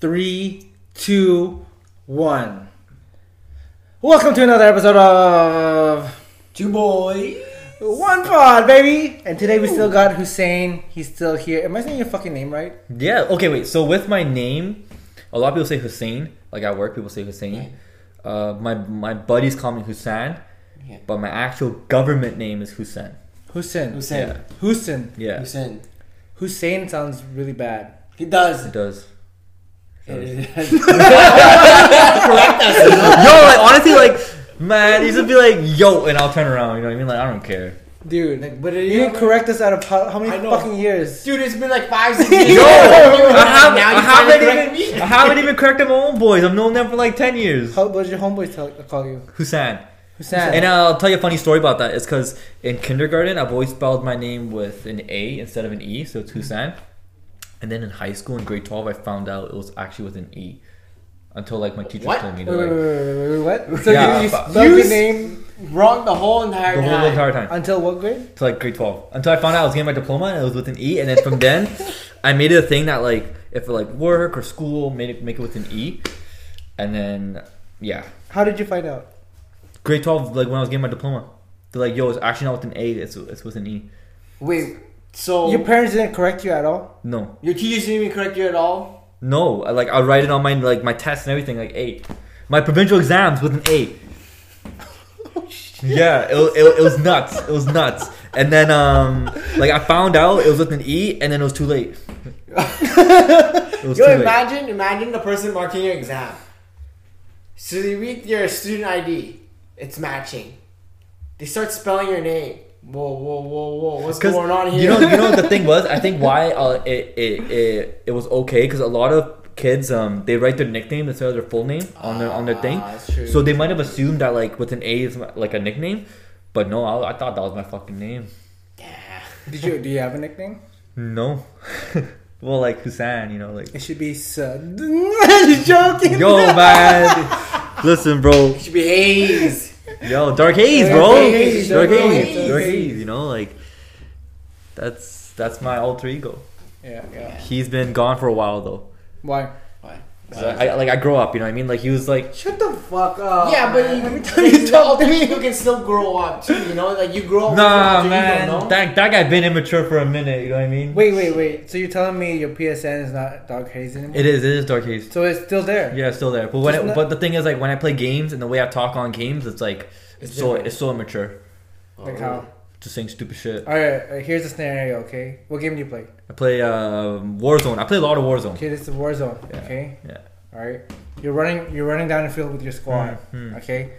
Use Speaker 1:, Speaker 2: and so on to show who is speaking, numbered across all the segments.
Speaker 1: Three, two, one. Welcome to another episode of
Speaker 2: Two boys.
Speaker 1: One Pod, baby. And today we still got Hussein. He's still here. Am I saying your fucking name right?
Speaker 3: Yeah. Okay. Wait. So with my name, a lot of people say Hussein. Like at work, people say Hussein. Uh, my my buddies call me Hussein,
Speaker 2: Yeah.
Speaker 3: but my actual government name is Hussein.
Speaker 1: Hussein.
Speaker 2: Hussein.
Speaker 3: Yeah.
Speaker 1: Hussein.
Speaker 3: Yeah.
Speaker 2: Hussein.
Speaker 1: Hussein sounds really bad.
Speaker 2: He does.
Speaker 3: It does.
Speaker 2: Correct us.
Speaker 3: Yo, like honestly, like man, he's gonna be like yo, and I'll turn around. You know what I mean? Like I don't care.
Speaker 1: Dude,
Speaker 2: but it-
Speaker 1: you didn't correct us out of how, how many
Speaker 2: I know.
Speaker 1: fucking years?
Speaker 2: Dude, it's been like five, six years.
Speaker 3: Yo, I have
Speaker 2: Now you
Speaker 3: I haven't
Speaker 2: finally correct
Speaker 3: even
Speaker 2: me?
Speaker 3: I haven't even corrected my own boys. I've known them for like ten years.
Speaker 1: How, what did your homeboys tell, call you?
Speaker 3: Hussein.
Speaker 1: Hussein.
Speaker 3: And I'll tell you a funny story about that. It's because in kindergarten, I've always spelled my name with an A instead of an E, so it's Hussein. And then in high school, in grade 12, I found out it was actually with an E. Until like my teacher
Speaker 2: What?
Speaker 3: told me to
Speaker 1: wait, wait,
Speaker 3: like
Speaker 1: wait, wait, wait, what? So
Speaker 3: Yeah,
Speaker 1: you, you
Speaker 3: but-
Speaker 1: spelled
Speaker 2: You
Speaker 1: your
Speaker 2: s-
Speaker 1: name
Speaker 2: Wrong the whole entire
Speaker 3: the
Speaker 2: time.
Speaker 3: whole entire time.
Speaker 1: until what grade?
Speaker 3: Until like grade 12. Until I found out I was getting my diploma and it was with an E. And then from then, I made it a thing that like if like work or school, made it make it with an E. And then yeah,
Speaker 1: How did you find out?
Speaker 3: grade 12, like when I was getting my diploma, they're like, yo, it's actually not with an A, it's it's with an E.
Speaker 2: Wait, so
Speaker 1: Your
Speaker 2: your,
Speaker 1: parents didn't correct you at all?
Speaker 3: No,
Speaker 2: teachers didn't even correct you at all?
Speaker 3: No, I, like I write it on my like my tests and everything, like A. My provincial exams with an A. Yeah, it, wa- it, wa- it was nuts. It was nuts. And then um, like I found out it was with an E, and then it was too late. It was
Speaker 2: Yo,
Speaker 3: too late.
Speaker 2: imagine, imagine the person marking your exam. So they read your student ID. It's matching. They start spelling your name. Whoa, whoa, whoa, whoa. What's going on here?
Speaker 3: you know, you know what the thing was. I think why uh, it, it it it was okay because a lot of kids um they write their nickname instead of their full name on their on their thing.
Speaker 2: Ah, that's true.
Speaker 3: So they might have assumed that like with an A is like a nickname, but no, I, I thought that was my fucking name.
Speaker 2: Yeah.
Speaker 1: Did you do you have a nickname?
Speaker 3: No. well, like Hussein, you know, like
Speaker 1: It should be Sud. You're joking.
Speaker 3: yo, man. Listen, bro.
Speaker 2: It should be Hayes.
Speaker 3: Yo, Dark Haze,
Speaker 1: Dark
Speaker 3: bro.
Speaker 1: Haze,
Speaker 3: Dark
Speaker 1: Dark
Speaker 3: Haze,
Speaker 1: Haze.
Speaker 3: Dark Haze. You know, like that's that's my alter ego.
Speaker 1: Yeah, yeah.
Speaker 3: He's been gone for a while though.
Speaker 1: Why?
Speaker 3: So I, I- like I grow up, you know what I mean? Like he was like,
Speaker 1: Shut the fuck up.
Speaker 2: Yeah, but you,
Speaker 1: man.
Speaker 2: you, you can still grow up too. You know, like you grow
Speaker 1: Oh,
Speaker 2: up.
Speaker 3: nah,
Speaker 2: with your alter
Speaker 3: man.
Speaker 2: ego, no?
Speaker 3: That that guy been immature for a minute. You know what I mean?
Speaker 1: Wait, wait, wait. So you're telling me your PSN is not Dog Haze anymore?
Speaker 3: It is. It is Dark Haze.
Speaker 1: so it's still there.
Speaker 3: Yeah, it's still there. But when
Speaker 1: Just
Speaker 3: it,
Speaker 1: not-
Speaker 3: but the thing is, like when I play games and the way I talk on games, it's like it's so
Speaker 2: different.
Speaker 3: it's so immature.
Speaker 1: Like how?
Speaker 3: Just saying stupid shit.
Speaker 1: All right, all right, here's the scenario. Okay, what game do you play?
Speaker 3: I play um, Warzone. I play a lot of Warzone.
Speaker 1: Okay, this is Warzone.
Speaker 3: Yeah.
Speaker 1: Okay.
Speaker 3: Yeah.
Speaker 1: All right. You're running. You're running down the field with your squad.
Speaker 3: Mhm.
Speaker 1: Okay.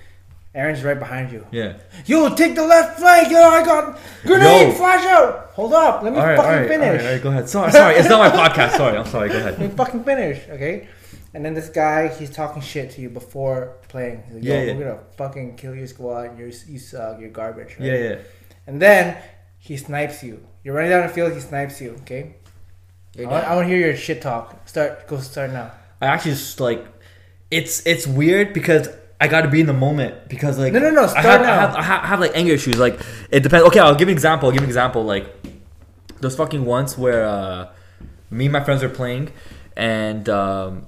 Speaker 1: Aaron's right behind you.
Speaker 3: Yeah.
Speaker 1: Yo, take the left flank. Yo, I got grenade
Speaker 3: Yo.
Speaker 1: flash out. Hold up. Let me
Speaker 3: All right, all
Speaker 1: fucking
Speaker 3: right, all
Speaker 1: finish.
Speaker 3: right, all right, go ahead. Sorry, sorry, it's not my podcast. Sorry, I'm sorry. Go
Speaker 1: We
Speaker 3: ahead.
Speaker 1: fucking finish, okay? And then this guy, he's talking shit to you before playing. He's like, Yo,
Speaker 3: Yeah, yeah.
Speaker 1: we're gonna fucking kill your squad. You you suck. You're garbage. Right?
Speaker 3: Yeah, yeah.
Speaker 1: And then he snipes you. You're running down the field. He snipes you. Okay. I
Speaker 2: You're
Speaker 1: want,
Speaker 2: done.
Speaker 1: I want to hear your shit talk. Start. Go start now.
Speaker 3: I actually just like, it's it's weird because I got to be in the moment because like
Speaker 1: No, no, no,
Speaker 3: I
Speaker 1: start
Speaker 3: have, I
Speaker 1: now.
Speaker 3: have, I have, I have, like anger issues. Like it depends. Okay, I'll give an example. I'll give an example. Like those fucking once where uh, me and my friends are playing, and um,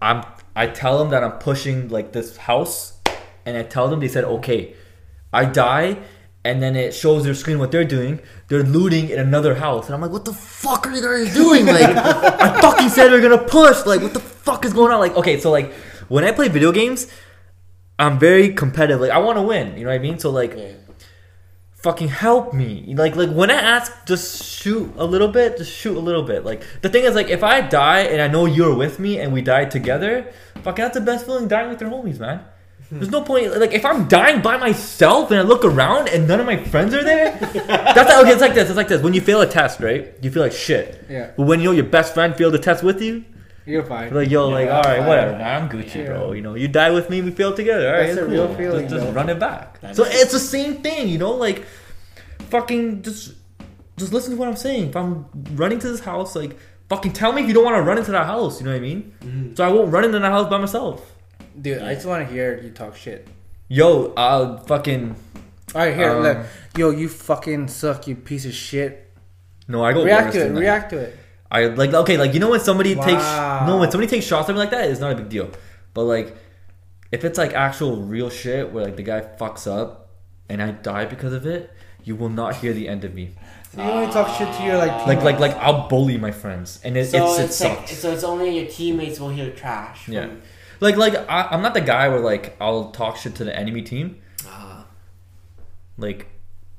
Speaker 3: I'm I tell them that I'm pushing like this house, and I tell them they said okay. I die, and then it shows their screen what they're doing. They're looting in another house, and I'm like, what the fuck are you guys doing? Like I fucking said we're gonna push. Like what the fuck is going on? Like okay, so like when I play video games. I'm very competitive. Like I want to win. You know what I mean? So like,
Speaker 2: Yeah.
Speaker 3: fucking help me. Like like when I ask, just shoot a little bit. Just shoot a little bit. Like the thing is, like if I die and I know you're with me and we die together, fucking that's the best feeling. Dying with your homies, man. There's no point. Like if I'm dying by myself and I look around and none of my friends are there, that's like, okay. It's like this. It's like this. When you fail a test, right? You feel like shit.
Speaker 1: Yeah.
Speaker 3: But when you know your best friend failed a test with you,
Speaker 1: You're fine.
Speaker 3: like yo, like
Speaker 2: Yeah,
Speaker 3: all right,
Speaker 2: I-
Speaker 3: whatever. man, I'm Gucci,
Speaker 1: Yeah.
Speaker 3: bro. You know, you die with me, we fail together. All right,
Speaker 1: That's
Speaker 3: it's
Speaker 1: a
Speaker 3: cool.
Speaker 1: real feeling,
Speaker 3: Just, just
Speaker 1: though.
Speaker 3: run it back.
Speaker 2: That
Speaker 3: so
Speaker 2: is-
Speaker 3: it's the same thing, you know. Like, fucking, just, just listen to what I'm saying. If I'm running to this house, like, fucking tell me if you don't want to run into that house. You know what I mean?
Speaker 1: Mm-hmm.
Speaker 3: So I won't run into that house by myself.
Speaker 1: Dude, I just want to hear you talk shit.
Speaker 3: Yo, I'll fucking.
Speaker 1: All right, here,
Speaker 3: Um,
Speaker 1: look. Yo, you fucking suck. You piece of shit.
Speaker 3: No, I go
Speaker 1: React
Speaker 3: worse
Speaker 1: to it.
Speaker 3: than that.
Speaker 1: React to it.
Speaker 3: I like okay, like you know when somebody takes no
Speaker 1: Wow.
Speaker 3: when somebody takes shots at me like that, it's not a big deal. But like if it's like actual real shit where like the guy fucks up and I die because of it, you will not hear the end of me.
Speaker 1: So you only talk shit to your like
Speaker 3: Like
Speaker 1: teammates.
Speaker 3: like like I'll bully my friends and it,
Speaker 2: So
Speaker 3: Oh. it's,
Speaker 2: it's,
Speaker 3: it
Speaker 2: like,
Speaker 3: sucks.
Speaker 2: so it's only your teammates will hear trash. from-
Speaker 3: yeah. Like like I, I'm not the guy where like I'll talk shit to the enemy team.
Speaker 2: Ah,
Speaker 3: Like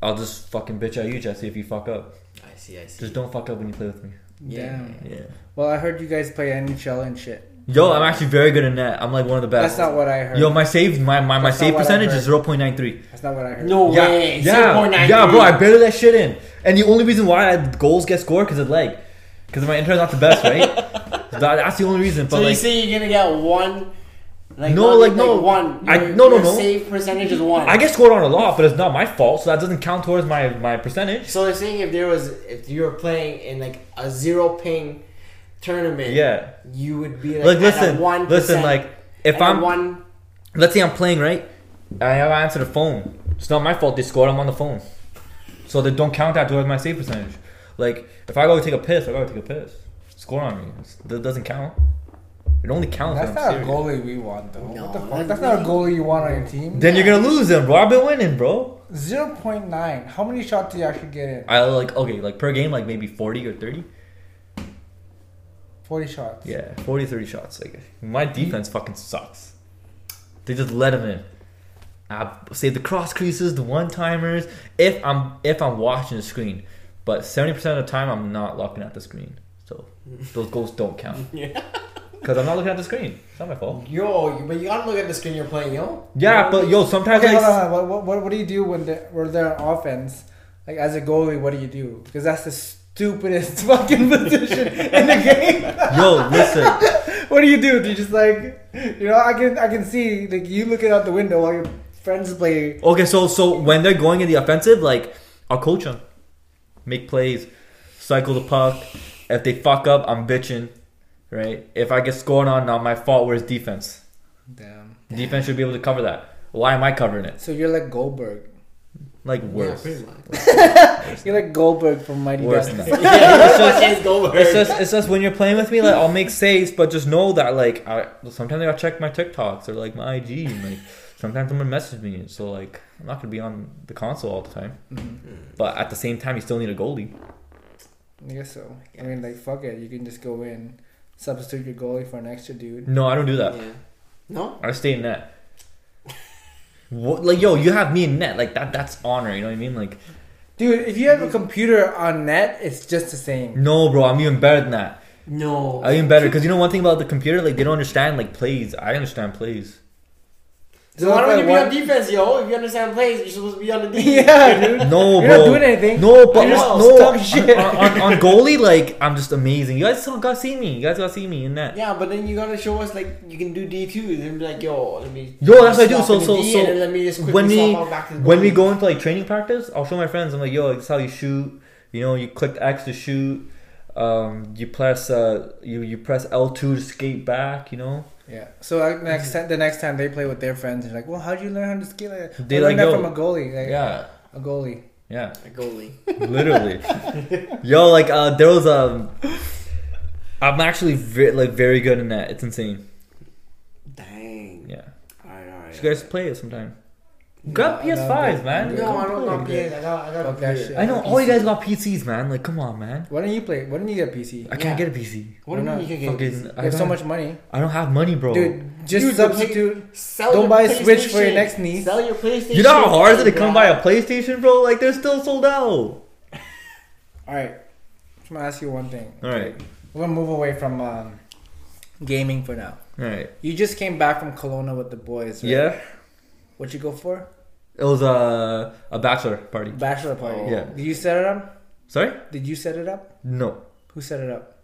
Speaker 3: I'll just fucking bitch at you, Jesse, if you fuck up.
Speaker 2: I see. I see.
Speaker 3: Just don't fuck up when you play with me.
Speaker 1: Damn.
Speaker 3: Yeah.
Speaker 1: Well, I heard you guys play NHL and shit.
Speaker 3: Yo, I'm actually very good in that. I'm like one of the best.
Speaker 1: That's not what I heard.
Speaker 3: Yo, my save, my my, my
Speaker 1: That's not
Speaker 3: save
Speaker 1: what I
Speaker 3: percentage
Speaker 1: heard.
Speaker 3: is 0.93.
Speaker 1: That's not what I heard.
Speaker 2: No
Speaker 3: Yeah,
Speaker 2: way.
Speaker 3: yeah,
Speaker 2: 0.93.
Speaker 3: yeah, bro. I barely that shit in, and the only reason why I, goals get scored because of leg, because my internet's not the best, right? That- that's the only reason. But
Speaker 2: So you
Speaker 3: like,
Speaker 2: say you're gonna get one? Like
Speaker 3: No,
Speaker 2: not
Speaker 3: like,
Speaker 2: even,
Speaker 3: no.
Speaker 2: one.
Speaker 3: I-
Speaker 2: Your-
Speaker 3: no, no,
Speaker 2: your
Speaker 3: no.
Speaker 2: Save percentage is one.
Speaker 3: I get scored on a lot, but it's not my fault, so that doesn't count towards my my percentage.
Speaker 2: So they're saying if there was if you were playing in like a zero ping tournament,
Speaker 3: Yeah.
Speaker 2: you would be like,
Speaker 3: Like,
Speaker 2: at a
Speaker 3: listen,
Speaker 2: 1%,
Speaker 3: listen, like, if
Speaker 2: at a
Speaker 3: I'm-
Speaker 2: one,
Speaker 3: Let's say I'm playing, right? I have to answer the phone. It's not my fault they scored. I'm on the phone, so they don't count that towards my save percentage. Like, if I go take a piss, I go take a piss. Score on me. It's- that doesn't count. It only counts.
Speaker 1: That's
Speaker 3: when
Speaker 1: not
Speaker 3: I'm
Speaker 1: a
Speaker 3: serious.
Speaker 1: goalie we want, though.
Speaker 2: No,
Speaker 1: what the fuck?
Speaker 2: that's
Speaker 1: That's not a
Speaker 2: really-
Speaker 1: goalie you want on your team.
Speaker 3: Then you're gonna lose them, bro. I've been winning, bro.
Speaker 1: 0.9. How many shots do you actually get in?
Speaker 3: I like okay, like per game, like maybe forty or thirty.
Speaker 1: 40 shots.
Speaker 3: Yeah, 40, 30 shots. Like my defense fucking sucks. They just let him in. I save the cross creases, the one timers. If I'm if I'm watching the screen, but seventy percent of the time I'm not looking at the screen, so those goals don't count.
Speaker 2: Yeah.
Speaker 3: Because I'm not looking at the screen. It's not my fault.
Speaker 1: Mm.
Speaker 2: yo, but you gotta look at the screen you're playing, yo.
Speaker 3: Yeah, but yo, sometimes
Speaker 1: Okay,
Speaker 3: like,
Speaker 1: hold on. hold on. What, what, what do you do when they're, when they're on offense? Like, as a goalie, what do you do? Because that's the stupidest fucking position in the game.
Speaker 3: yo, listen.
Speaker 1: What do you do? Do you just, like, you know, I can I can see, like, you looking out the window while your friends play.
Speaker 3: Okay, so so when they're going in the offensive, like I'll coach them, make plays, cycle the puck. If they fuck up, I'm bitching, right? If I get scored on, not my fault. Where's defense?
Speaker 1: Damn.
Speaker 3: Defense should be able to cover that. Why am I covering it?
Speaker 1: So you're like Goldberg.
Speaker 3: Like
Speaker 2: Yeah,
Speaker 3: worse.
Speaker 2: pretty much.
Speaker 1: You're like Goldberg from Mighty
Speaker 3: Worse
Speaker 1: Ducks.
Speaker 3: than that.
Speaker 2: yeah, just, it's Goldberg.
Speaker 3: It's just, it's just when you're playing with me, like I'll make saves, but just know that like I sometimes I gotta check my TikToks or like my IG, and, like sometimes someone message me, so like I'm not gonna be on the console all the time.
Speaker 1: Mm-hmm.
Speaker 3: But at the same time, you still need a goalie.
Speaker 1: I guess so. I mean, like, fuck it. You can just go in, substitute your goalie for an extra dude.
Speaker 3: No, I don't do that.
Speaker 2: yeah. No.
Speaker 3: I stay in net. What, like yo, you have me in net like that. That's honor. You know what I mean? Like
Speaker 1: Dude, if you have a computer on net, it's just the same.
Speaker 3: no, bro, I'm even better than that.
Speaker 2: No.
Speaker 3: I'm even better because you know one thing about the computer, like they don't understand like plays. I understand plays.
Speaker 2: so why
Speaker 1: if
Speaker 2: don't you
Speaker 1: I
Speaker 2: be on
Speaker 1: want-
Speaker 2: defense, yo? If you understand plays, you're supposed to be on the defense.
Speaker 1: Yeah, dude.
Speaker 3: No,
Speaker 1: You're
Speaker 3: bro.
Speaker 1: not doing anything.
Speaker 3: No, but
Speaker 2: You're just
Speaker 3: no.
Speaker 1: stuck
Speaker 3: on-
Speaker 1: shit.
Speaker 3: On, on, on goalie, like I'm just amazing. You guys still gotta see me. You guys gotta see me in net.
Speaker 2: Yeah, but then you gotta show us like you can do D two, then be like, yo, let me.
Speaker 3: Yo, that's what I do.
Speaker 2: swap
Speaker 3: So,
Speaker 2: into
Speaker 3: so,
Speaker 2: D,
Speaker 3: so
Speaker 2: and then let me just quickly
Speaker 3: when we
Speaker 2: swap out back to the
Speaker 3: when we
Speaker 2: goalie.
Speaker 3: go into like training practice, I'll show my friends. I'm like, yo, this is how you shoot. You know, you click X to shoot. Um, you press uh, you you press L two to skate back. You know,
Speaker 1: Yeah. So like, next time, the next time they play with their friends, you're like, "Well, how would you learn how to ski like that?"
Speaker 3: They
Speaker 1: I
Speaker 3: like,
Speaker 1: learned that
Speaker 3: yo-
Speaker 1: from a goalie. Like,
Speaker 3: yeah,
Speaker 1: A goalie.
Speaker 3: yeah,
Speaker 2: A goalie.
Speaker 3: literally. yo, like uh, there was um, I'm actually ve- like very good in that. It's insane.
Speaker 2: Dang.
Speaker 3: Yeah,
Speaker 2: Alright, alright.
Speaker 3: you guys play it sometime. Got
Speaker 1: No, I
Speaker 3: PS fives,
Speaker 1: don't.
Speaker 3: man.
Speaker 2: No, I
Speaker 3: Come
Speaker 2: don't got
Speaker 3: play.
Speaker 2: PS. I got, I got
Speaker 1: Fuck that
Speaker 2: PS.
Speaker 1: shit.
Speaker 3: I know all you guys got PCs, man. Like, come on, man.
Speaker 1: Why don't you play? Why don't you get a PC?
Speaker 3: I can't
Speaker 2: Yeah.
Speaker 3: get a PC.
Speaker 2: What do you
Speaker 1: Why
Speaker 2: mean you can get?
Speaker 3: Fucking,
Speaker 1: You
Speaker 3: I
Speaker 1: have so
Speaker 3: don't-
Speaker 1: much money,
Speaker 3: I don't have money, bro.
Speaker 1: dude. Just
Speaker 2: Dude, the play-
Speaker 1: substitute.
Speaker 2: Sell
Speaker 1: Don't
Speaker 2: your
Speaker 1: buy a Switch for your
Speaker 2: PlayStation.
Speaker 1: next niece.
Speaker 2: Sell your PlayStation.
Speaker 3: you know how hard is it to
Speaker 2: bro.
Speaker 3: come by a PlayStation, bro? Like they're still sold out.
Speaker 1: All right. I'm gonna ask you one thing.
Speaker 3: All right,
Speaker 1: We're gonna move away from um, gaming for now.
Speaker 3: all right.
Speaker 1: You just came back from Kelowna with the boys. Right?
Speaker 3: Yeah,
Speaker 1: What you go for?
Speaker 3: it was a a bachelor party.
Speaker 1: Bachelor party.
Speaker 3: Yeah.
Speaker 1: Did you set it up?
Speaker 3: Sorry,
Speaker 1: Did you set it up?
Speaker 3: no,
Speaker 1: Who set it up?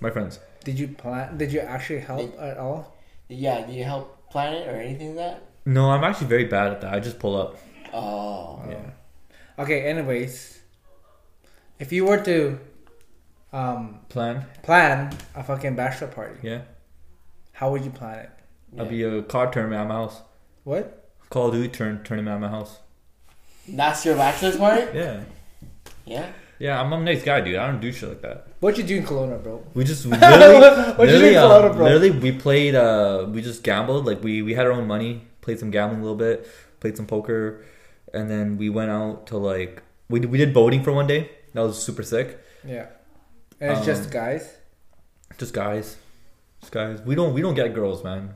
Speaker 3: my friends.
Speaker 1: Did you plan? Did you actually help at all?
Speaker 2: Yeah, do you help plan it or anything like
Speaker 3: No, I'm actually very bad at that. I just pull up.
Speaker 2: that? Oh.
Speaker 3: Yeah.
Speaker 1: Okay. Anyways, if you were to um,
Speaker 3: Plan.
Speaker 1: plan a fucking bachelor party,
Speaker 3: Yeah,
Speaker 1: how would you plan it?
Speaker 3: I'll be a card tournament at my house.
Speaker 1: What?
Speaker 3: Call of Duty turn tournament at my house.
Speaker 2: That's your bachelor's party?
Speaker 3: Yeah,
Speaker 2: Yeah.
Speaker 3: Yeah, I'm a nice guy, dude. I don't do shit like that.
Speaker 1: What you do in Kelowna, bro?
Speaker 3: We just we literally,
Speaker 1: What you
Speaker 3: literally,
Speaker 1: doing for
Speaker 3: um,
Speaker 1: Auto Pro?
Speaker 3: literally, we played. Uh, we just gambled. Like we we had our own money. Played some gambling a little bit. Played some poker, and then we went out to like we we did boating for one day. That was super sick.
Speaker 1: Yeah. And it's just
Speaker 3: Um,
Speaker 1: guys.
Speaker 3: Just guys, just guys. We don't we don't get girls, man.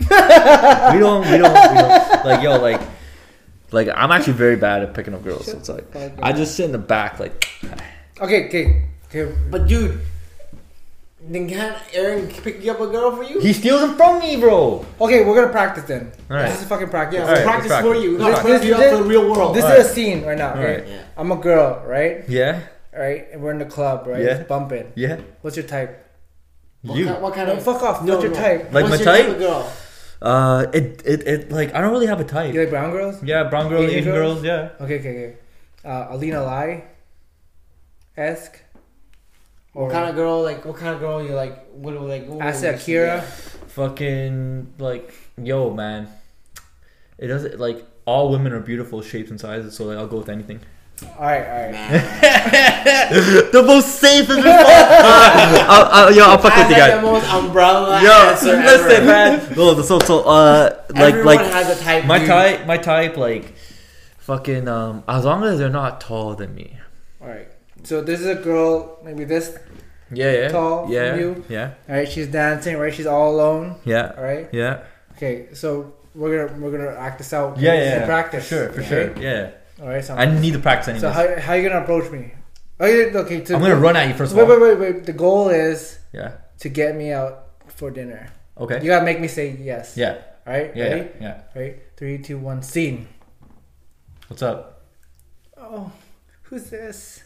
Speaker 3: we don't we don't we don't like yo like like I'm actually very bad at picking up girls. So it's like I just sit in the back like
Speaker 1: Okay, okay, okay.
Speaker 2: But dude, then can Aaron pick you up a girl for you?
Speaker 3: he steals them from me, bro.
Speaker 1: Okay, we're gonna practice then.
Speaker 3: Alright.
Speaker 1: This is fucking practice.
Speaker 2: yeah,
Speaker 3: All right,
Speaker 2: we'll practice
Speaker 3: let's
Speaker 2: for
Speaker 3: rock it.
Speaker 2: you.
Speaker 3: Let's
Speaker 2: Not
Speaker 3: rock
Speaker 2: put
Speaker 1: it.
Speaker 2: you out to the real world.
Speaker 1: This
Speaker 3: Alright.
Speaker 1: is a scene right now. Okay?
Speaker 3: Alright.
Speaker 2: Yeah.
Speaker 1: I'm a girl, right?
Speaker 3: Yeah,
Speaker 1: Right? And we're in the club, right?
Speaker 3: Yeah.
Speaker 1: Just bumping.
Speaker 3: yeah.
Speaker 1: What's your type?
Speaker 2: What
Speaker 3: you
Speaker 2: kind, what kind
Speaker 1: No,
Speaker 2: of
Speaker 1: fuck off. What's your type?
Speaker 3: Like my
Speaker 2: What's your
Speaker 3: type?
Speaker 2: of girl?
Speaker 3: Uh, it, it, it, like, I don't really have a type.
Speaker 1: You like brown girls?
Speaker 3: Yeah, brown girls,
Speaker 1: Asian
Speaker 3: Asian,
Speaker 1: girls?
Speaker 3: girls? yeah.
Speaker 1: Okay, okay, okay. Uh, Alina Lai esque. Or
Speaker 2: What kind of girl? Like what kind of girl you like? What do like? What
Speaker 1: Asa
Speaker 2: would you-
Speaker 1: Akira.
Speaker 3: Fucking, like, yo, man. It doesn't, like, all women are beautiful shapes and sizes, so, like, I'll go with anything.
Speaker 1: Alright, alright.
Speaker 2: Man.
Speaker 3: the most safest response. I'll, I'll, yo, I'll fuck
Speaker 2: That's
Speaker 3: with you
Speaker 2: like the
Speaker 3: guys.
Speaker 2: most umbrella
Speaker 3: Yo,
Speaker 2: answer
Speaker 3: listen,
Speaker 2: ever.
Speaker 3: man. No, so, so, uh, like,
Speaker 2: Everyone
Speaker 3: like,
Speaker 2: has a type.
Speaker 3: my
Speaker 2: dude.
Speaker 3: type, my type, like, fucking, um, as long as they're not taller than me.
Speaker 1: Alright. So this is a girl, maybe this.
Speaker 3: Yeah, yeah.
Speaker 1: Tall,
Speaker 3: yeah,
Speaker 1: you.
Speaker 3: yeah,
Speaker 1: Alright, she's dancing, right? She's all alone.
Speaker 3: yeah,
Speaker 1: Alright?
Speaker 3: yeah.
Speaker 1: Okay, so we're gonna we're gonna act this out.
Speaker 3: Yeah,
Speaker 1: This is
Speaker 3: yeah,
Speaker 1: a
Speaker 3: yeah.
Speaker 1: practice.
Speaker 3: Sure, for
Speaker 1: okay?
Speaker 3: sure. Yeah.
Speaker 1: Alright, so,
Speaker 3: I need to practice anyways.
Speaker 1: so how how you gonna approach me? Okay, okay. To,
Speaker 3: I'm gonna run at you first of
Speaker 1: Wait,
Speaker 3: all.
Speaker 1: wait, wait, wait. The goal is
Speaker 3: Yeah.
Speaker 1: to get me out for dinner.
Speaker 3: Okay.
Speaker 1: You gotta make me say yes.
Speaker 3: Yeah.
Speaker 1: All right.
Speaker 3: Yeah.
Speaker 1: Ready?
Speaker 3: Yeah. yeah.
Speaker 1: Right. Three, two, one. Scene.
Speaker 3: What's up?
Speaker 1: Oh, who's this?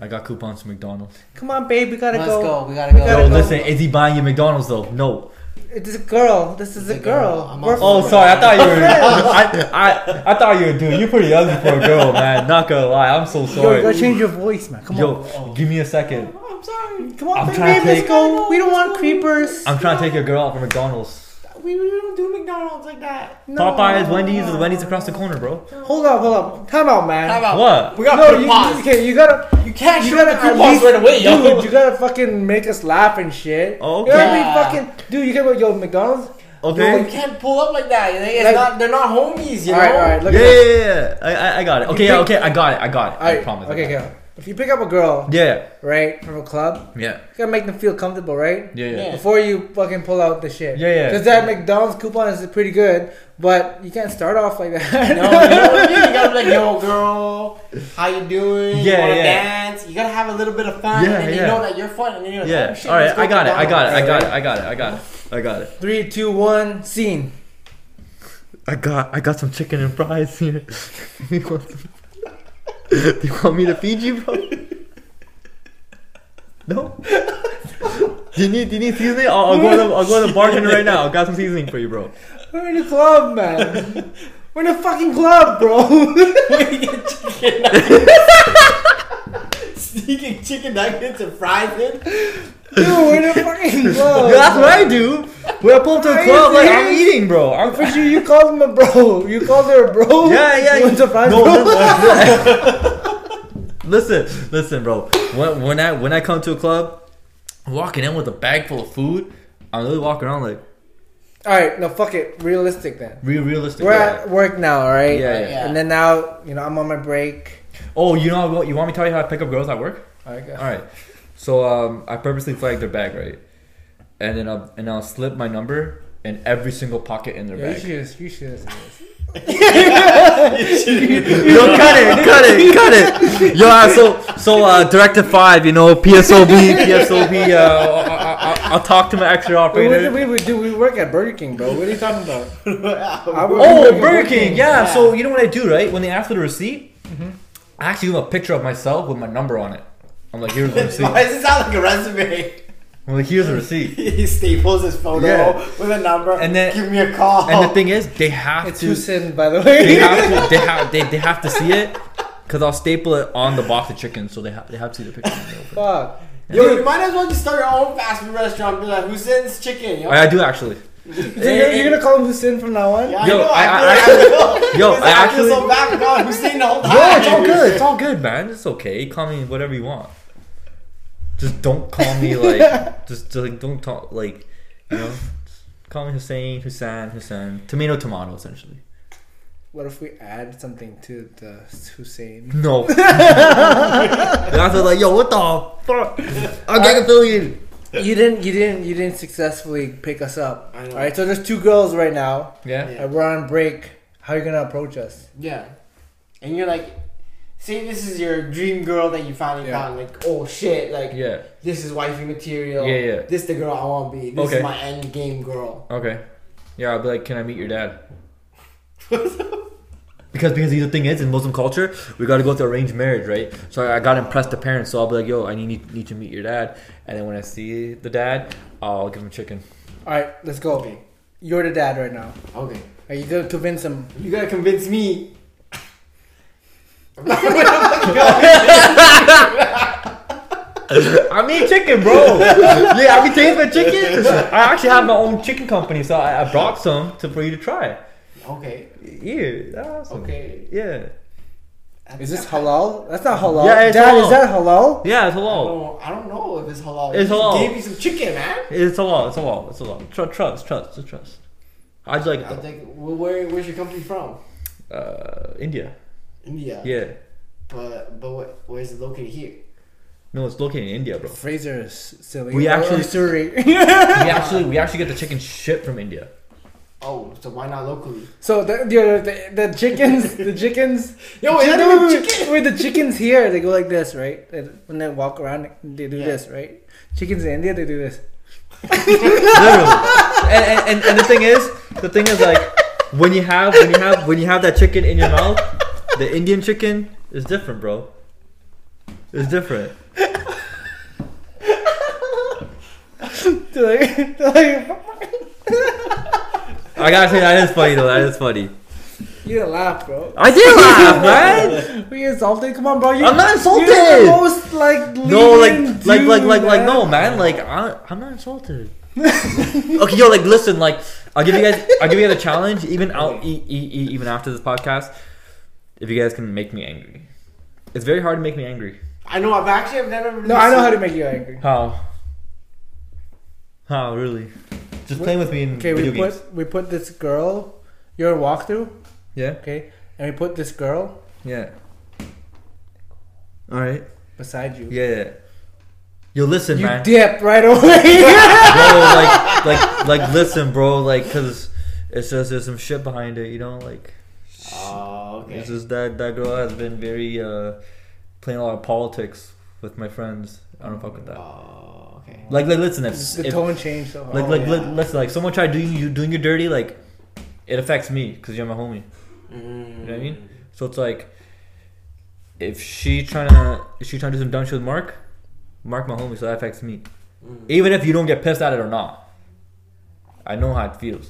Speaker 3: I got coupons to McDonald's.
Speaker 1: Come on, babe. We gotta
Speaker 2: Let's
Speaker 1: go.
Speaker 2: go. We gotta go.
Speaker 1: gotta
Speaker 3: Yo,
Speaker 1: go.
Speaker 3: listen, is he buying you McDonald's though? No.
Speaker 1: It is a girl. This is a
Speaker 2: It's a
Speaker 1: girl.
Speaker 2: girl. I'm
Speaker 1: We're-
Speaker 2: also-
Speaker 3: Oh, sorry. I thought you were. I, I I thought you were a dude. You're pretty ugly for a girl, man. Not gonna lie. I'm so
Speaker 1: Yo, you gotta
Speaker 3: sorry.
Speaker 1: change your voice, man. Come on.
Speaker 3: Yo, give me a second.
Speaker 2: I'm sorry.
Speaker 1: Come on,
Speaker 3: I'm
Speaker 1: babe.
Speaker 3: trying to
Speaker 1: Let's
Speaker 3: take-
Speaker 1: go. We don't want creepers.
Speaker 3: I'm trying to take your girl out for McDonald's.
Speaker 2: We, we don't do McDonald's like that.
Speaker 1: No.
Speaker 3: Popeyes, Wendy's, the Wendy's across the corner, bro.
Speaker 1: Hold on, hold on. Time out, man.
Speaker 2: How about
Speaker 3: What?
Speaker 2: We gotta
Speaker 1: No,
Speaker 2: put a
Speaker 1: you,
Speaker 2: pause.
Speaker 1: you- okay, you gotta.
Speaker 2: You can't
Speaker 1: You
Speaker 2: shoot
Speaker 1: gotta
Speaker 2: the
Speaker 1: at
Speaker 2: coupons
Speaker 1: least,
Speaker 2: right away, yo.
Speaker 1: dude. You gotta fucking make us laugh and shit.
Speaker 3: Oh,
Speaker 1: You know what I
Speaker 2: okay.
Speaker 1: mean? Fucking, dude. You can go, yo, McDonald's.
Speaker 2: No, you
Speaker 3: Okay.
Speaker 2: can't pull up like that. You know, It's
Speaker 1: Like-
Speaker 2: not, they're not homies, you know?
Speaker 1: All right, all right.
Speaker 3: Yeah,
Speaker 1: Look
Speaker 3: yeah,
Speaker 1: at this.
Speaker 3: yeah, yeah. I, I, I got it. Okay, yeah, okay, I got it. I got it.
Speaker 1: All right,
Speaker 3: I promise. I
Speaker 1: Okay,
Speaker 3: got it.
Speaker 1: go. If you pick up a girl,
Speaker 3: Yeah,
Speaker 1: right, from a club, you
Speaker 3: yeah,
Speaker 1: gotta make them feel comfortable, right?
Speaker 3: yeah, yeah.
Speaker 2: Yeah.
Speaker 1: Before you fucking pull out the shit.
Speaker 3: Yeah, yeah.
Speaker 1: Because that McDonald's coupon is pretty good, but you can't start off like that.
Speaker 2: No, you know what I mean? You gotta be like, yo, girl, how you doing? you
Speaker 3: Yeah,
Speaker 2: wanna
Speaker 3: yeah.
Speaker 2: dance? You gotta have a little bit of fun,
Speaker 3: Yeah,
Speaker 2: and then you
Speaker 3: yeah.
Speaker 2: know that you're fun, and then you're like,
Speaker 3: Yeah.
Speaker 2: oh, shit,
Speaker 3: All right.
Speaker 2: let's go
Speaker 3: I got it. I got it. I
Speaker 2: McDonald's.
Speaker 3: got it. I got it. I got it. I got it.
Speaker 1: Three, two, one, scene.
Speaker 3: I got. I got some chicken and fries here. you want some- Do you want me to feed you, bro? No. Do you need? Do you need seasoning? I'll, I'll go. To the, I'll go to the bartender right now. I got some seasoning for you, bro.
Speaker 1: We're in a club, man. We're in a fucking club, bro.
Speaker 2: Chicken nuggets. Sneaking chicken nuggets and fries in.
Speaker 1: Dude, we're in a fucking club.
Speaker 3: Yeah, that's what I do. When I pull up to the
Speaker 1: Oh, Are you
Speaker 3: club, like I'm
Speaker 1: serious?
Speaker 3: eating, bro. I'm,
Speaker 1: For sure, you called him a bro. You called her a bro.
Speaker 3: Yeah, yeah.
Speaker 1: You went to France,
Speaker 3: No,
Speaker 1: bro.
Speaker 3: no, no. listen, listen, bro. When, when I when I come to a club, walking in with a bag full of food, I'm really walking around like
Speaker 1: All right, no, fuck it. Realistic then.
Speaker 3: real realistic.
Speaker 1: We're
Speaker 3: Yeah.
Speaker 1: at work now, all right?
Speaker 3: Yeah, yeah.
Speaker 2: Yeah.
Speaker 1: And then now, you know, I'm on my break.
Speaker 3: Oh, you know what? You want me to tell you how I pick up girls at work?
Speaker 1: All right, go.
Speaker 3: All right. So um, I purposely flagged their bag right, and then I'll and I'll slip my number in every single pocket in their
Speaker 1: Yeah, you
Speaker 3: bag.
Speaker 1: should just, you should just.
Speaker 3: Yo, cut it, cut it, cut it. Yo, uh, so so uh, director five, you know, PSOB, PSOB. Uh, I, I, I, will talk to my extra
Speaker 1: We,
Speaker 3: operator.
Speaker 1: we, we, we do. We work at Burger King, bro. What are you talking about? I work-
Speaker 3: Oh,
Speaker 1: we work at
Speaker 3: Burger King. Yeah.
Speaker 2: Yeah.
Speaker 3: So you know what I do, right? When they ask for the receipt,
Speaker 1: Mm-hmm.
Speaker 3: I actually give them a picture of myself with my number on it. I'm like, here's the receipt.
Speaker 2: Why does it sound like a resume?
Speaker 3: I'm like, here's the receipt.
Speaker 2: He staples his photo
Speaker 3: Yeah.
Speaker 2: with a number.
Speaker 3: And then-
Speaker 2: give me a call.
Speaker 3: And the thing is, they have
Speaker 1: Oh. It's
Speaker 3: to.
Speaker 1: Houston, by the
Speaker 3: They
Speaker 1: way.
Speaker 3: have to. They have. They, they have to see it. Cause I'll staple it on the box of chicken, so they have they have to see the picture. when they open
Speaker 1: Fuck.
Speaker 2: Yo, you might as well just start your own fast food restaurant. Be like, who sends chicken? Yo?
Speaker 3: it. I, I do actually.
Speaker 1: So you're, you're gonna call him Hussein from now on?
Speaker 2: Yeah,
Speaker 3: Yo,
Speaker 2: know,
Speaker 3: I-
Speaker 2: feel
Speaker 3: I-
Speaker 2: like will.
Speaker 3: yo,
Speaker 2: His
Speaker 3: I
Speaker 2: act is
Speaker 3: actually-
Speaker 2: so back God, who's saying the whole time?
Speaker 3: No, it's all good. It's all good, man. It's okay. Call me whatever you want. Just don't call me like just like don't talk like you know. Just Call me Hussein, Hussein, Hussein. Tomato, tomato, essentially.
Speaker 1: What if we add something to the Hussein?
Speaker 3: No. and I was like, yo, what the fuck? I'm getting affiliated.
Speaker 1: You didn't. You didn't. You didn't successfully pick us up.
Speaker 2: I know.
Speaker 1: All right. So there's two girls right now,
Speaker 3: Yeah.
Speaker 2: Yeah.
Speaker 1: and we're on break. How are you gonna approach us?
Speaker 2: Yeah. And you're like, say this is your dream girl that you finally
Speaker 1: Yeah.
Speaker 2: found. Like, oh shit, like,
Speaker 3: Yeah.
Speaker 2: this is wifey material.
Speaker 3: Yeah, yeah.
Speaker 2: This the girl I want to be. This
Speaker 3: Okay.
Speaker 2: is my end game girl.
Speaker 3: Okay. Yeah, I'll be like, can I meet your dad? because because the thing is, in Muslim culture, we got to go through arranged marriage, right? So I, I got to impress the parents. So I'll be like, yo, I need need to meet your dad. And then when I see the dad, I'll give him chicken.
Speaker 1: All right. Let's go.
Speaker 2: Okay.
Speaker 1: You're the dad right now.
Speaker 2: Okay.
Speaker 1: Are you gonna convince him?
Speaker 2: You gotta convince me.
Speaker 3: I mean chicken, bro. yeah, I be tasting the chicken. I actually have my own chicken company, so I, I brought some to, for you to try.
Speaker 2: Okay.
Speaker 3: Yeah, that's awesome.
Speaker 2: Okay.
Speaker 3: Yeah.
Speaker 1: Is this halal? That's not halal.
Speaker 3: Yeah, it's
Speaker 1: dad,
Speaker 3: halal.
Speaker 1: is that halal?
Speaker 3: Yeah, it's halal.
Speaker 2: Oh, I don't know if it's halal.
Speaker 3: It's
Speaker 2: You
Speaker 3: halal.
Speaker 2: Gave me some chicken, man.
Speaker 3: It's halal. It's halal. It's halal. Tr- trust, trust, just trust. I'd like
Speaker 2: I
Speaker 3: it
Speaker 2: think. Well, where where's your company from?
Speaker 3: though. Uh, India.
Speaker 2: India.
Speaker 3: Yeah.
Speaker 2: But but what, where's it located here?
Speaker 3: No, it's located in India, bro.
Speaker 1: Fraser is silly.
Speaker 3: We
Speaker 1: Or- or
Speaker 3: actually-
Speaker 1: Surrey.
Speaker 3: we actually we actually get the chicken shit from India.
Speaker 2: Oh, so why not locally?
Speaker 1: so the, the, the the chickens, the chickens.
Speaker 2: Yo,
Speaker 1: Wait,
Speaker 2: is that
Speaker 1: wait,
Speaker 2: even
Speaker 1: wait, wait.
Speaker 2: chicken?
Speaker 1: Wait, the chickens here, they go like this, right? They- When they walk around, they do
Speaker 2: Yeah.
Speaker 1: this, right? Chickens in India, they do this.
Speaker 3: Literally. and, and, and and the thing is, the thing is like when you have when you have when you have that chicken in your mouth, the Indian chicken is different, bro. It's different.
Speaker 1: They're like, they're like,
Speaker 3: I gotta say that is funny though. That is funny.
Speaker 1: you didn't laugh, bro.
Speaker 3: I did laugh, man.
Speaker 1: We insulted? Come on, bro. You,
Speaker 3: I'm not
Speaker 1: You're
Speaker 3: insulted.
Speaker 1: the most like
Speaker 3: No,
Speaker 1: lenient
Speaker 3: like like like
Speaker 1: dude,
Speaker 3: like like
Speaker 1: man.
Speaker 3: no, man. Like I, I'm not insulted. okay, yo, like listen, like I'll give you guys I'll give you guys a challenge. Even out e- e- e- even after this podcast, if you guys can make me angry, it's very hard to make me angry.
Speaker 2: I know. I've actually I've never.
Speaker 1: No, I know how to make you angry.
Speaker 3: How? How really? Just playing with me in
Speaker 1: Okay, we
Speaker 3: video
Speaker 1: put
Speaker 3: games.
Speaker 1: we put this girl, your walkthrough,
Speaker 3: Yeah,
Speaker 1: okay, and we put this girl
Speaker 3: yeah. All right.
Speaker 1: beside you.
Speaker 3: Yeah. yeah. Yo, listen,
Speaker 1: You
Speaker 3: man.
Speaker 1: dip right away.
Speaker 3: bro, like, like, like, listen, bro, like, cause it's just there's some shit behind it, you know, like,
Speaker 2: Oh, okay.
Speaker 3: it's just that that girl has been very uh playing a lot of politics with my friends. I don't fuck with that.
Speaker 2: Oh, okay.
Speaker 3: Like, like, listen, if,
Speaker 1: the
Speaker 3: if
Speaker 1: tone Oh, changed so hard.
Speaker 3: like, like,
Speaker 2: yeah.
Speaker 3: li- listen, like, someone tried doing you doing you dirty, like, it affects me because you're my homie.
Speaker 2: You
Speaker 3: know what I mean? So it's like, if she trying to if she trying to do some dumb shit with Mark, Mark my homie, so that affects me. Even if you don't get pissed at it or not, I know how it feels.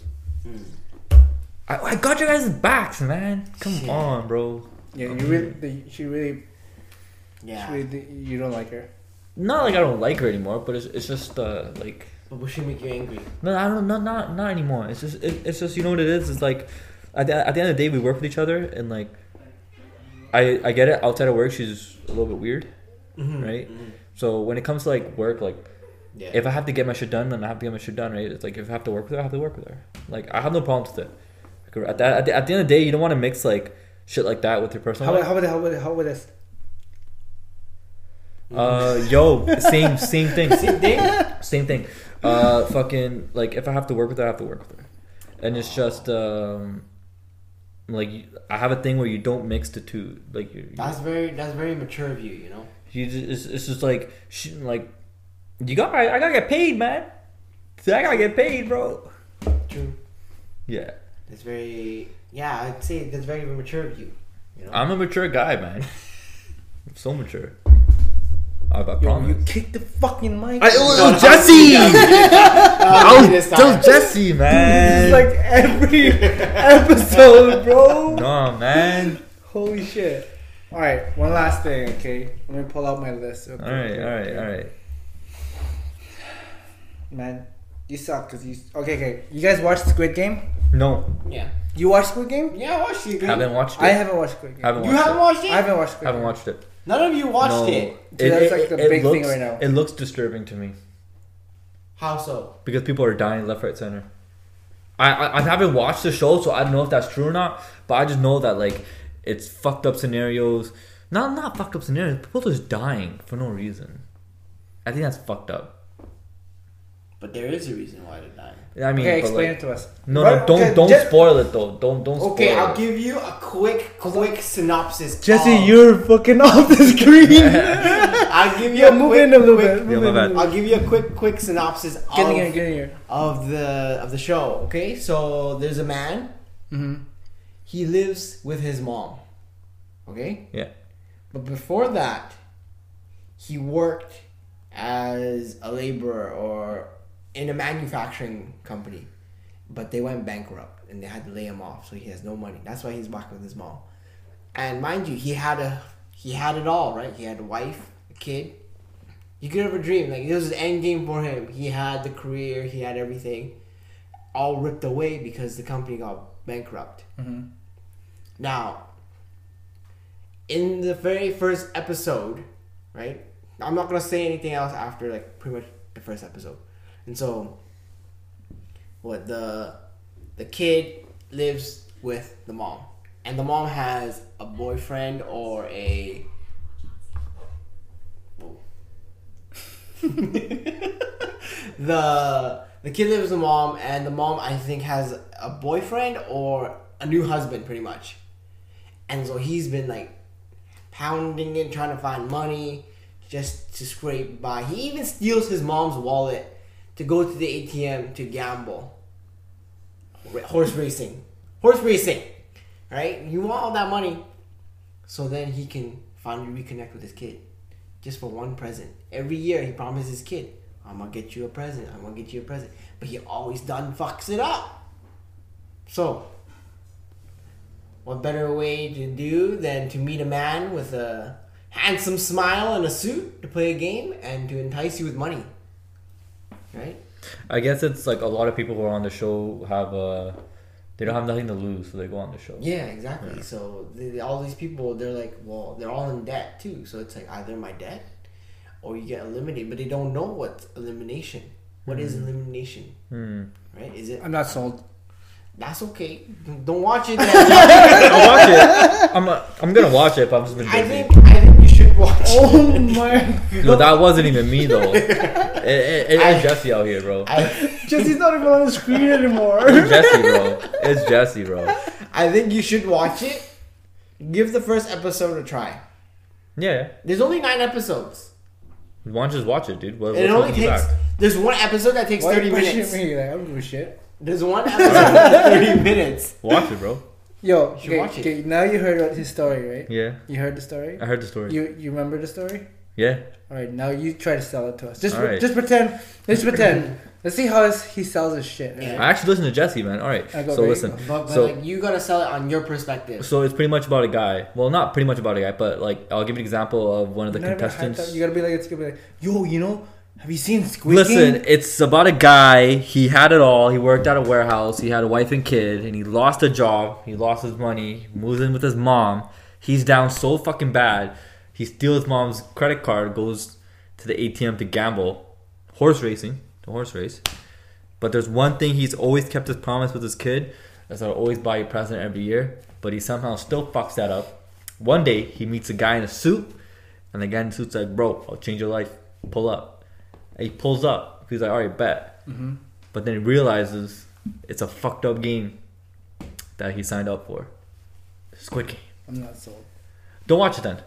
Speaker 3: I, I got your guys' backs, man. Come
Speaker 2: Shit.
Speaker 3: on, bro.
Speaker 1: yeah, you really, the, she really, she
Speaker 2: Yeah.
Speaker 1: really, you don't like her.
Speaker 3: Not like I don't like her anymore, but it's, it's just uh, like
Speaker 2: But what should make you angry?
Speaker 3: no, I don't not not not anymore. It's just it, it's just you know what it is. It's like at the, at the end of the day, we work with each other, and like I I get it. Outside of work, she's a little bit weird,
Speaker 1: Mm-hmm.
Speaker 3: right?
Speaker 2: Mm-hmm.
Speaker 3: So when it comes to like work, like
Speaker 2: Yeah.
Speaker 3: if I have to get my shit done, then I have to get my shit done, right? It's like if I have to work with her, I have to work with her. Like I have no problems with it. Like, At the, at the, at the end of the day, you don't want to mix like shit like that with your personal
Speaker 1: How about
Speaker 3: life.
Speaker 1: how about how about how about this?
Speaker 3: uh, yo, same same thing,
Speaker 2: Same thing.
Speaker 3: same thing. Uh, fucking like if I have to work with her, I have to work with her, and it's just um, like you- I have a thing where you don't mix the two. Like you, you,
Speaker 2: That's very that's very mature of you. You know.
Speaker 3: you just, it's, it's just like she, like you got I, I gotta get paid, man. I gotta get paid, bro.
Speaker 2: True.
Speaker 3: Yeah.
Speaker 2: That's very. Yeah, I'd say that's very mature of you. You know.
Speaker 3: I'm a mature guy, man. I'm so mature. I, I
Speaker 1: Yo,
Speaker 3: promise.
Speaker 1: you kicked the fucking mic.
Speaker 3: I, it was, it was Jesse.
Speaker 2: Uh,
Speaker 3: I was- it was Jesse, man.
Speaker 1: It's like every episode, bro.
Speaker 3: no, man.
Speaker 1: Holy shit! All right, one last thing, okay? Let me pull out my list. Okay,
Speaker 3: All right,
Speaker 1: okay,
Speaker 3: all right,
Speaker 1: okay.
Speaker 3: all right.
Speaker 1: Man, You suck because you. Okay, okay. You guys watched Squid Game?
Speaker 3: No,
Speaker 2: Yeah.
Speaker 1: You watched Squid Game?
Speaker 2: Yeah, I watched it. dude.
Speaker 3: haven't watched it.
Speaker 1: I haven't watched Squid Game.
Speaker 3: haven't
Speaker 2: You
Speaker 3: watched
Speaker 2: haven't
Speaker 3: it.
Speaker 2: watched it?
Speaker 1: I haven't watched Squid
Speaker 3: haven't
Speaker 1: Game.
Speaker 3: watched it.
Speaker 2: None of you watched
Speaker 3: no.
Speaker 2: it.
Speaker 1: Dude, that's like the big thing
Speaker 3: looks,
Speaker 1: right now.
Speaker 3: It looks disturbing to me
Speaker 2: How so?
Speaker 3: because people are dying left, right, center. I, I I haven't watched the show, so I don't know if that's true or not. But I just know that like it's fucked up scenarios. Not not fucked up scenarios. People just dying for no reason. I think that's fucked up.
Speaker 2: But there is a reason why they're dying.
Speaker 3: I mean,
Speaker 1: okay,
Speaker 3: but,
Speaker 1: explain
Speaker 3: like-
Speaker 1: it to us.
Speaker 3: No,
Speaker 1: What-
Speaker 3: no, don't
Speaker 1: okay,
Speaker 3: don't
Speaker 1: Je-
Speaker 3: spoil it though. Don't don't. Spoil
Speaker 2: Okay, I'll
Speaker 3: it.
Speaker 2: give you a quick, quick synopsis.
Speaker 1: Jesse,
Speaker 3: Oh.
Speaker 2: of-
Speaker 1: you're fucking off the screen.
Speaker 2: I'll give you
Speaker 1: yeah,
Speaker 2: a
Speaker 1: move
Speaker 2: quick,
Speaker 1: in a little
Speaker 2: quick-
Speaker 1: bit. Move
Speaker 3: my
Speaker 1: in
Speaker 3: bad.
Speaker 1: a little
Speaker 2: I'll give you a quick, quick synopsis
Speaker 1: bit. Get in here,
Speaker 2: of,
Speaker 1: get in here.
Speaker 2: of the of the show. Okay, so there's a man.
Speaker 1: Mm-hmm.
Speaker 2: He lives with his mom. Okay,
Speaker 3: Yeah.
Speaker 2: but before that, he worked as a laborer or in a manufacturing company, but they went bankrupt and they had to lay him off, so he has no money. That's why he's back with his mom. And mind you, he had a he had it all, right? He had a wife, a kid. He could have a dream. Like this was the end game for him. He had the career, he had everything, all ripped away because the company got bankrupt.
Speaker 1: Mhm.
Speaker 2: Now, in the very first episode, right? I'm not gonna say anything else after like pretty much the first episode, and so what the the kid lives with the mom, and the mom has a boyfriend or a. the the kid lives with the mom, and the mom I think has a boyfriend or a new husband, pretty much. And so he's been like pounding it, trying to find money just to scrape by. He even steals his mom's wallet to go to the ATM to gamble. Ra- Horse racing. Horse racing. Right? You want all that money so then he can finally reconnect with his kid. Just for one present. Every year he promises his kid, I'm gonna get you a present, I'm gonna get you a present. But he always done fucks it up. So, what better way to do than to meet a man with a handsome smile and a suit to play a game and to entice you with money? Right?
Speaker 3: I guess it's like a lot of people who are on the show have uh they don't have nothing to lose, so they go on the show.
Speaker 2: Yeah, exactly. So they, they- all these people, they're like, well, they're all in debt too. So it's like either my debt or you get eliminated, but they don't know what's elimination. What is elimination?
Speaker 3: Hmm.
Speaker 2: Right? Is it?
Speaker 1: I'm not sold.
Speaker 2: That's okay. Don't watch it. Then.
Speaker 3: I'll watch it. I'm uh, I'm gonna watch it, but I'm just been
Speaker 2: I
Speaker 3: busy.
Speaker 2: think I think you should watch.
Speaker 1: Oh my!
Speaker 3: no, that wasn't even me though. It, it, it,
Speaker 2: I-
Speaker 3: it's Jesse out here, bro.
Speaker 2: I,
Speaker 1: Jesse's not even on the screen anymore.
Speaker 3: It's Jesse, bro. It's Jesse, bro.
Speaker 2: I think you should watch it. Give the first episode a try.
Speaker 3: Yeah,
Speaker 2: There's only nine episodes.
Speaker 3: why don't you just watch it, dude? What,
Speaker 2: And it
Speaker 3: what's
Speaker 2: only
Speaker 3: holding you
Speaker 2: takes.
Speaker 3: back?
Speaker 2: There's one episode that takes
Speaker 1: Why are
Speaker 2: thirty
Speaker 1: you pushing
Speaker 2: minutes.
Speaker 1: me? Like, I don't give a shit.
Speaker 2: There's one episode that's thirty minutes.
Speaker 3: Watch it, bro.
Speaker 1: Yo,
Speaker 2: should
Speaker 1: okay,
Speaker 2: watch it.
Speaker 1: okay, now you heard his story, right?
Speaker 3: Yeah,
Speaker 1: You heard the story.
Speaker 3: I heard the story.
Speaker 1: You you remember the story?
Speaker 3: Yeah,
Speaker 1: All right, now you try to sell it to us. Just
Speaker 3: All right.
Speaker 1: just pretend. Let's pretend. Let's see how his, he sells his shit.
Speaker 2: Yeah.
Speaker 3: I actually listened to Jesse, man. All right,
Speaker 1: I got
Speaker 3: so
Speaker 1: very-
Speaker 3: listen.
Speaker 2: But, but
Speaker 3: So-
Speaker 2: like you gotta sell it on your perspective.
Speaker 3: So it's pretty much about a guy. Well, not pretty much about a guy, but like I'll give you an example of one of the
Speaker 1: Never hyped
Speaker 3: contestants.
Speaker 1: up. You gotta be like it's gonna be like, yo, you know, have you seen Squid
Speaker 3: Listen,
Speaker 1: Game?
Speaker 3: it's about a guy. He had it all. He worked at a warehouse. He had a wife and kid, and he lost a job. He lost his money. Moves in with his mom. He's down so fucking bad. He steals his mom's credit card. Goes to the ATM to gamble, horse racing, the horse race. But there's one thing he's always kept his promise with his kid. That's I'll always buy you a present every year. But he somehow still fucks that up. One day he meets a guy in a suit, and the guy in the suit's like, "Bro, I'll change your life. Pull up." And he pulls up. He's like, "All right, bet." But then he realizes it's a fucked up game that he signed up for. Squid Game.
Speaker 1: I'm not sold.
Speaker 3: Don't watch it then.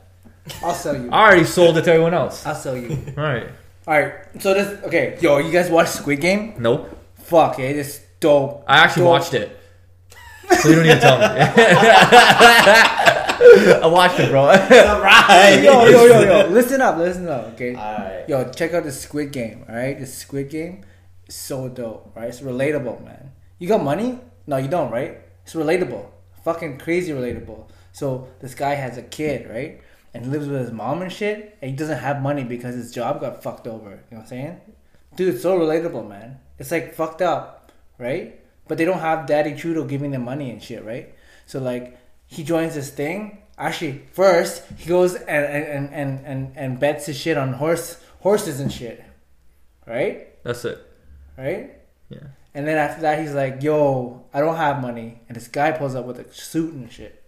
Speaker 1: I'll sell you.
Speaker 3: I already sold it to everyone else. All
Speaker 1: I'll sell you.
Speaker 3: right.
Speaker 1: All right. So this okay, yo, you guys watch Squid Game?
Speaker 3: Nope.
Speaker 1: Fuck it, it's dope.
Speaker 3: I actually
Speaker 1: dope.
Speaker 3: watched it. So you don't need to tell me. I watched it, bro.
Speaker 2: Alright.
Speaker 1: Yo, yo, yo, yo! Listen up, listen up. Okay.
Speaker 2: Alright.
Speaker 1: Yo, check out the Squid Game, alright? The Squid Game is so dope, right? It's relatable, man. You got money? No, you don't, right? It's relatable. Fucking crazy relatable. So this guy has a kid, right? And he lives with his mom and shit, and he doesn't have money because his job got fucked over. You know what I'm saying? Dude, it's so relatable, man. It's like fucked up, right? But they don't have Daddy Trudeau giving them money and shit, right? So like he joins this thing. Actually, first he goes and and and and, and bets his shit on horse horses and shit. Right?
Speaker 3: That's it.
Speaker 1: Right?
Speaker 3: Yeah.
Speaker 1: And then after that, he's like, "Yo, I don't have money," and this guy pulls up with a suit and shit.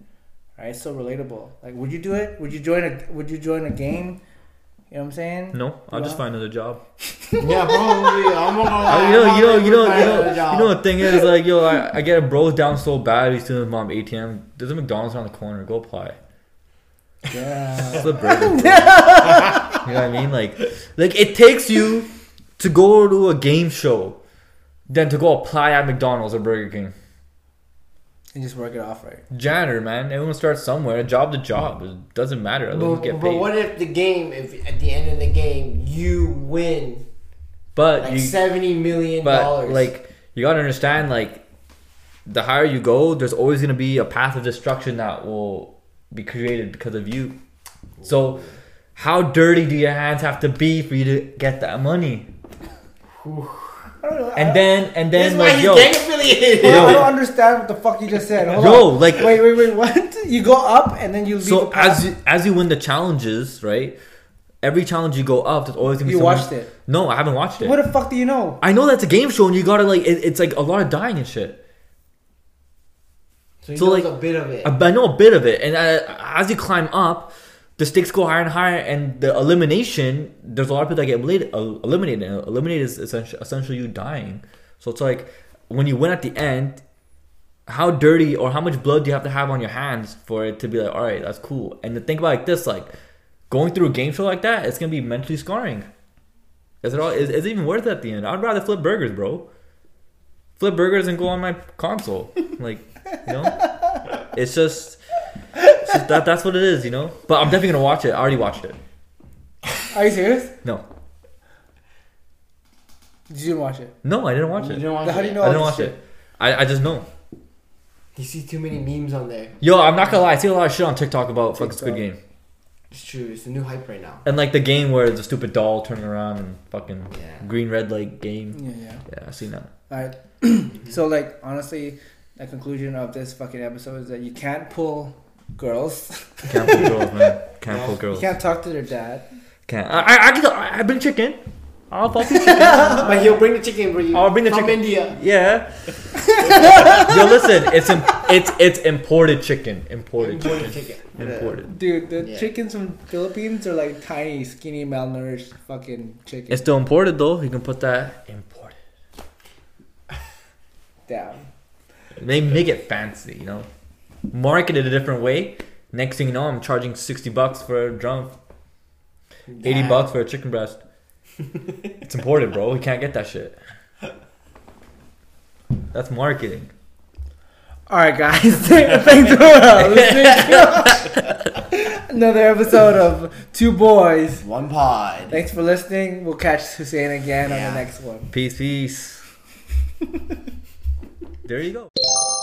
Speaker 1: Right? So relatable. Like, would you do it? Would you join a Would you join a game? You know what I'm saying?
Speaker 3: No, I'll
Speaker 1: Well-
Speaker 3: just find another job.
Speaker 2: yeah, probably. I'm not gonna
Speaker 3: I-
Speaker 2: lie,
Speaker 3: you know,
Speaker 2: I
Speaker 3: you know,
Speaker 2: probably
Speaker 3: you know, you
Speaker 2: would Ah, find
Speaker 3: know,
Speaker 2: another job.
Speaker 3: you know. The thing is, like, yo, I, I get broke down so bad. He's stealing his mom ATM. There's a McDonald's around the corner. Go apply.
Speaker 1: Yeah.
Speaker 3: It's a burger. you know what I mean? Like, like it takes you to go to a game show, than to go apply at McDonald's or Burger King.
Speaker 1: and just work it off, right?
Speaker 3: Janitor, man. Everyone starts somewhere. Job to job. It doesn't matter. Everyone
Speaker 2: But,
Speaker 3: get
Speaker 2: but
Speaker 3: paid.
Speaker 2: what if the game, if at the end of the game you win
Speaker 3: but
Speaker 2: like
Speaker 3: you,
Speaker 2: seventy million
Speaker 3: but
Speaker 2: dollars?
Speaker 3: like, you gotta understand, like, the higher you go, there's always gonna be a path of destruction that will be created because of you. So, how dirty do your hands have to be for you to get that money?
Speaker 1: I don't know. I,
Speaker 3: And then, and then,
Speaker 2: this is why
Speaker 3: like,
Speaker 2: he's
Speaker 3: yo,
Speaker 2: gang affiliated.
Speaker 1: I don't- I
Speaker 3: Yo.
Speaker 1: don't understand what the fuck you just said. Hold
Speaker 3: Yo,
Speaker 1: on.
Speaker 3: like-
Speaker 1: wait, wait, wait. What? You go up and then you leave.
Speaker 3: so
Speaker 1: the path?
Speaker 3: as you, as you win the challenges, right? Every challenge you go up, there's always gonna be.
Speaker 1: You
Speaker 3: someone-
Speaker 1: watched it.
Speaker 3: No, I haven't watched it.
Speaker 1: what the fuck do you know?
Speaker 3: I know that's a game show, and you gotta like, it, it's like a lot of dying and shit.
Speaker 2: so he
Speaker 3: So,
Speaker 2: knows
Speaker 3: like,
Speaker 2: a bit of it.
Speaker 3: I, I know a bit of it, and I, as you climb up, the stakes go higher and higher, and the elimination. There's a lot of people that get elid- el- eliminated. And eliminated is essentially, essentially you dying. So it's like when you win at the end, how dirty or how much blood do you have to have on your hands for it to be like, all right, that's cool. And to think about it like this, like going through a game show like that, it's gonna be mentally scarring. Is it all? Is, is it even worth it at the end? I'd rather flip burgers, bro. Flip burgers and go on my console, like you know. It's just, it's just that that's what it is, you know. But I'm definitely gonna watch it. I already watched it.
Speaker 1: Are you serious?
Speaker 3: No,
Speaker 1: Did you watch it?
Speaker 3: no, I didn't watch
Speaker 2: you
Speaker 3: it.
Speaker 2: don't watch
Speaker 1: How do you
Speaker 2: it.
Speaker 3: I
Speaker 1: know?
Speaker 3: didn't
Speaker 1: all this
Speaker 3: watch it. I, I just know.
Speaker 2: You see too many memes on there.
Speaker 3: Yo, I'm not gonna lie. I see a lot of shit on TikTok about fucking Squid
Speaker 1: TikTok.
Speaker 3: Game
Speaker 2: It's true. It's the new hype right now.
Speaker 3: and like the game where the stupid doll turning around and fucking
Speaker 2: Yeah.
Speaker 3: green red light game.
Speaker 1: Yeah, yeah.
Speaker 3: Yeah, I seen that.
Speaker 1: All right. so like honestly, the conclusion of this fucking episode is that you can't pull girls.
Speaker 3: Can't pull girls, man. Can't pull
Speaker 1: You
Speaker 3: girls.
Speaker 1: can't talk to their dad.
Speaker 3: Can't. I I, I, can, I, I bring chicken. I'll fucking
Speaker 2: but he'll bring the chicken for you.
Speaker 3: I'll bring the
Speaker 2: from
Speaker 3: chicken.
Speaker 2: India.
Speaker 3: Yeah. Yo, listen, it's im- it's it's imported chicken. Imported
Speaker 2: Bring the
Speaker 3: chicken.
Speaker 2: chicken.
Speaker 3: Imported.
Speaker 1: Dude, the
Speaker 2: Yeah.
Speaker 1: chickens from Philippines are like tiny, skinny, malnourished fucking chickens.
Speaker 3: It's still imported though. You can put that imported.
Speaker 1: down.
Speaker 3: They make it fancy, you know. Market it a different way. Next thing you know, I'm charging sixty bucks for a drum, eighty
Speaker 2: Nah.
Speaker 3: bucks for a chicken breast. it's imported, bro. We can't get that shit. That's marketing.
Speaker 1: All right, guys. Thanks for listening. Another episode of Two Boys.
Speaker 2: One pod.
Speaker 1: Thanks for listening. We'll catch Hussein again on
Speaker 2: Yeah.
Speaker 1: the next one.
Speaker 3: Peace, peace. there you go.